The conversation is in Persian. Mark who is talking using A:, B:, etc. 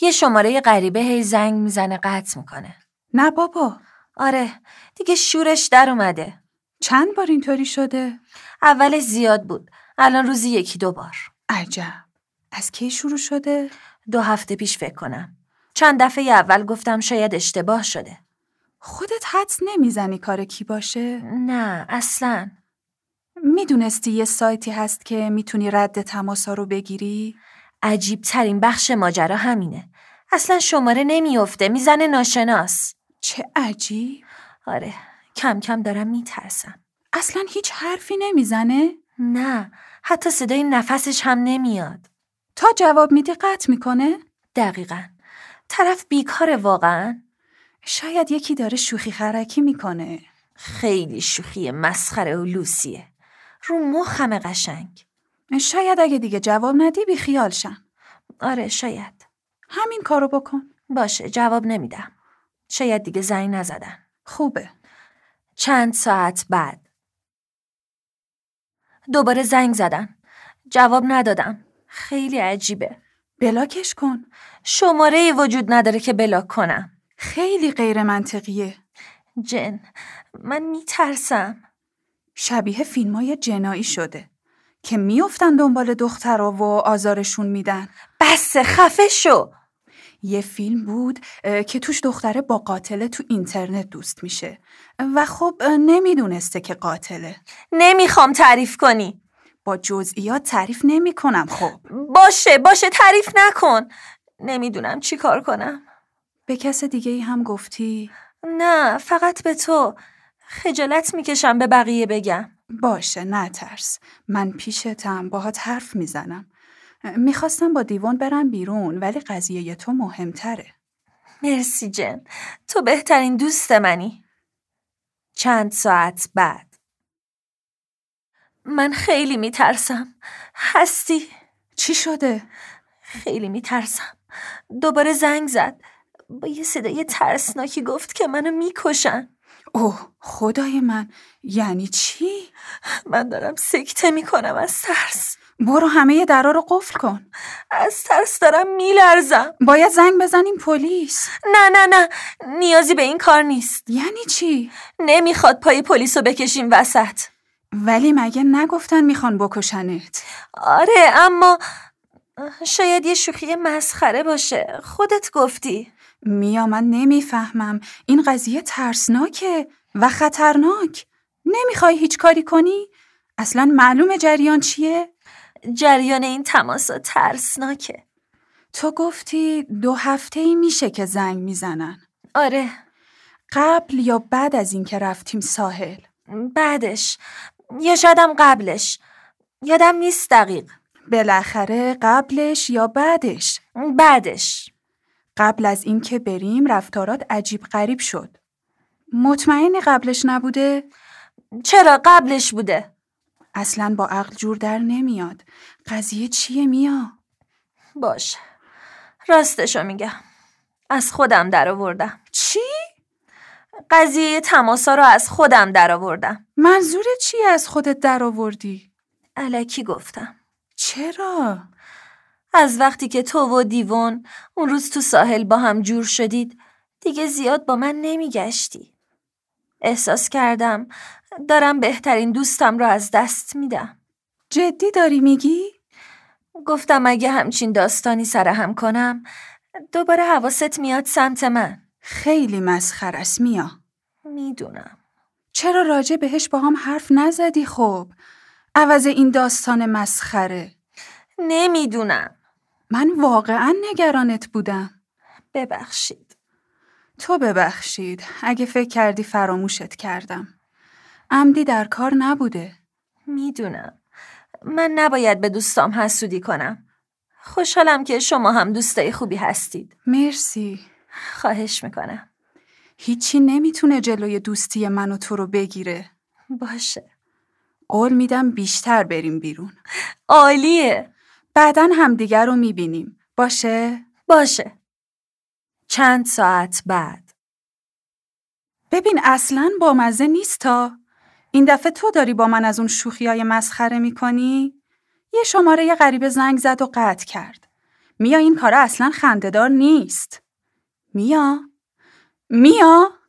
A: یه شماره غریبه هی زنگ میزنه قطع میکنه
B: نه بابا
A: آره دیگه شورش در اومده
B: چند بار اینطوری شده؟
A: اولش زیاد بود الان روزی یکی دو بار
B: عجب از کی شروع شده؟
A: دو هفته پیش فکر کنم چند دفعه اول گفتم شاید اشتباه شده
B: خودت حدس نمیزنی کار کی باشه؟
A: نه اصلا
B: میدونستی یه سایتی هست که میتونی رد تماسا رو بگیری؟
A: عجیب ترین بخش ماجرا همینه اصلا شماره نمیافته میزنه ناشناس
B: چه عجیب
A: آره کم کم دارم میترسم
B: اصلا هیچ حرفی نمیزنه؟
A: نه حتی صدای نفسش هم نمیاد
B: تا جواب میدی قطع میکنه؟
A: دقیقا طرف بیکاره واقعا
B: شاید یکی داره شوخی خرکی میکنه
A: خیلی شوخی مسخره و لوسیه رو مخم قشنگ
B: شاید اگه دیگه جواب ندی بی خیال شم
A: آره شاید
B: همین کارو بکن
A: باشه جواب نمیدم شاید دیگه زنگ نزدن
B: خوبه
A: چند ساعت بعد دوباره زنگ زدن جواب ندادم خیلی عجیبه
B: بلاکش کن
A: شماره ای وجود نداره که بلاک کنم
B: خیلی غیر منطقیه
A: جن من میترسم
B: شبیه فیلمای جنایی شده که میافتن دنبال دخترا و آزارشون میدن
A: بس خفه شو
B: یه فیلم بود اه، که توش دختره با قاتله تو اینترنت دوست میشه و خب اه، نمیدونسته که قاتله
A: نمیخوام تعریف کنی
B: با جزئیات تعریف نمیکنم خب
A: باشه باشه تعریف نکن نمیدونم چی کار کنم
B: به کس دیگه ای هم گفتی
A: نه فقط به تو خجالت میکشم به بقیه بگم
B: باشه نترس من پیشتم باهات حرف میزنم میخواستم با دیوان برم بیرون ولی قضیه تو مهمتره
A: مرسی جن تو بهترین دوست منی چند ساعت بعد من خیلی میترسم هستی
B: چی شده؟
A: خیلی میترسم دوباره زنگ زد با یه صدای ترسناکی گفت که منو میکشن
B: اوه خدای من یعنی چی؟
A: من دارم سکته میکنم از ترس
B: برو همه درا رو قفل کن
A: از ترس دارم میلرزم
B: باید زنگ بزنیم پلیس
A: نه نه نه نیازی به این کار نیست
B: یعنی چی
A: نمیخواد پای پلیس رو بکشیم وسط
B: ولی مگه نگفتن میخوان بکشنت
A: آره اما شاید یه شوخی مسخره باشه خودت گفتی
B: میا من نمیفهمم این قضیه ترسناکه و خطرناک نمیخوای هیچ کاری کنی اصلا معلوم جریان چیه
A: جریان این تماسا ترسناکه
B: تو گفتی دو هفته ای میشه که زنگ میزنن
A: آره
B: قبل یا بعد از اینکه رفتیم ساحل
A: بعدش یا شایدم قبلش یادم نیست دقیق
B: بالاخره قبلش یا بعدش
A: بعدش
B: قبل از اینکه بریم رفتارات عجیب غریب شد. مطمئنی قبلش نبوده؟
A: چرا قبلش بوده
B: اصلا با عقل جور در نمیاد. قضیه چیه میا؟
A: باشه راستشو میگم از خودم درآوردم
B: چی؟
A: قضیه تماسا رو از خودم درآوردم
B: منظور چی از خودت در آوردی؟
A: الکی گفتم
B: چرا؟
A: از وقتی که تو و دیوون اون روز تو ساحل با هم جور شدید دیگه زیاد با من نمیگشتی. احساس کردم دارم بهترین دوستم رو از دست میدم.
B: جدی داری میگی؟
A: گفتم اگه همچین داستانی سرهم کنم دوباره حواست میاد سمت من.
B: خیلی مسخر است میا.
A: میدونم.
B: چرا راجع بهش با هم حرف نزدی خب؟ عوض این داستان مسخره.
A: نمیدونم.
B: من واقعا نگرانت بودم.
A: ببخشید.
B: تو ببخشید اگه فکر کردی فراموشت کردم. عمدی در کار نبوده.
A: میدونم. من نباید به دوستام حسودی کنم. خوشحالم که شما هم دوستای خوبی هستید.
B: مرسی.
A: خواهش میکنم.
B: هیچی نمیتونه جلوی دوستی من و تو رو بگیره.
A: باشه
B: قول میدم بیشتر بریم بیرون.
A: عالیه
B: بعدا همدیگر رو میبینیم. باشه؟
A: باشه چند ساعت بعد
B: ببین اصلا با مزه نیست تا. این دفعه تو داری با من از اون شوخی های مسخره میکنی؟ یه شماره غریبه زنگ زد و قطع کرد. میا این کارا اصلا خندهدار نیست. میا؟ میا؟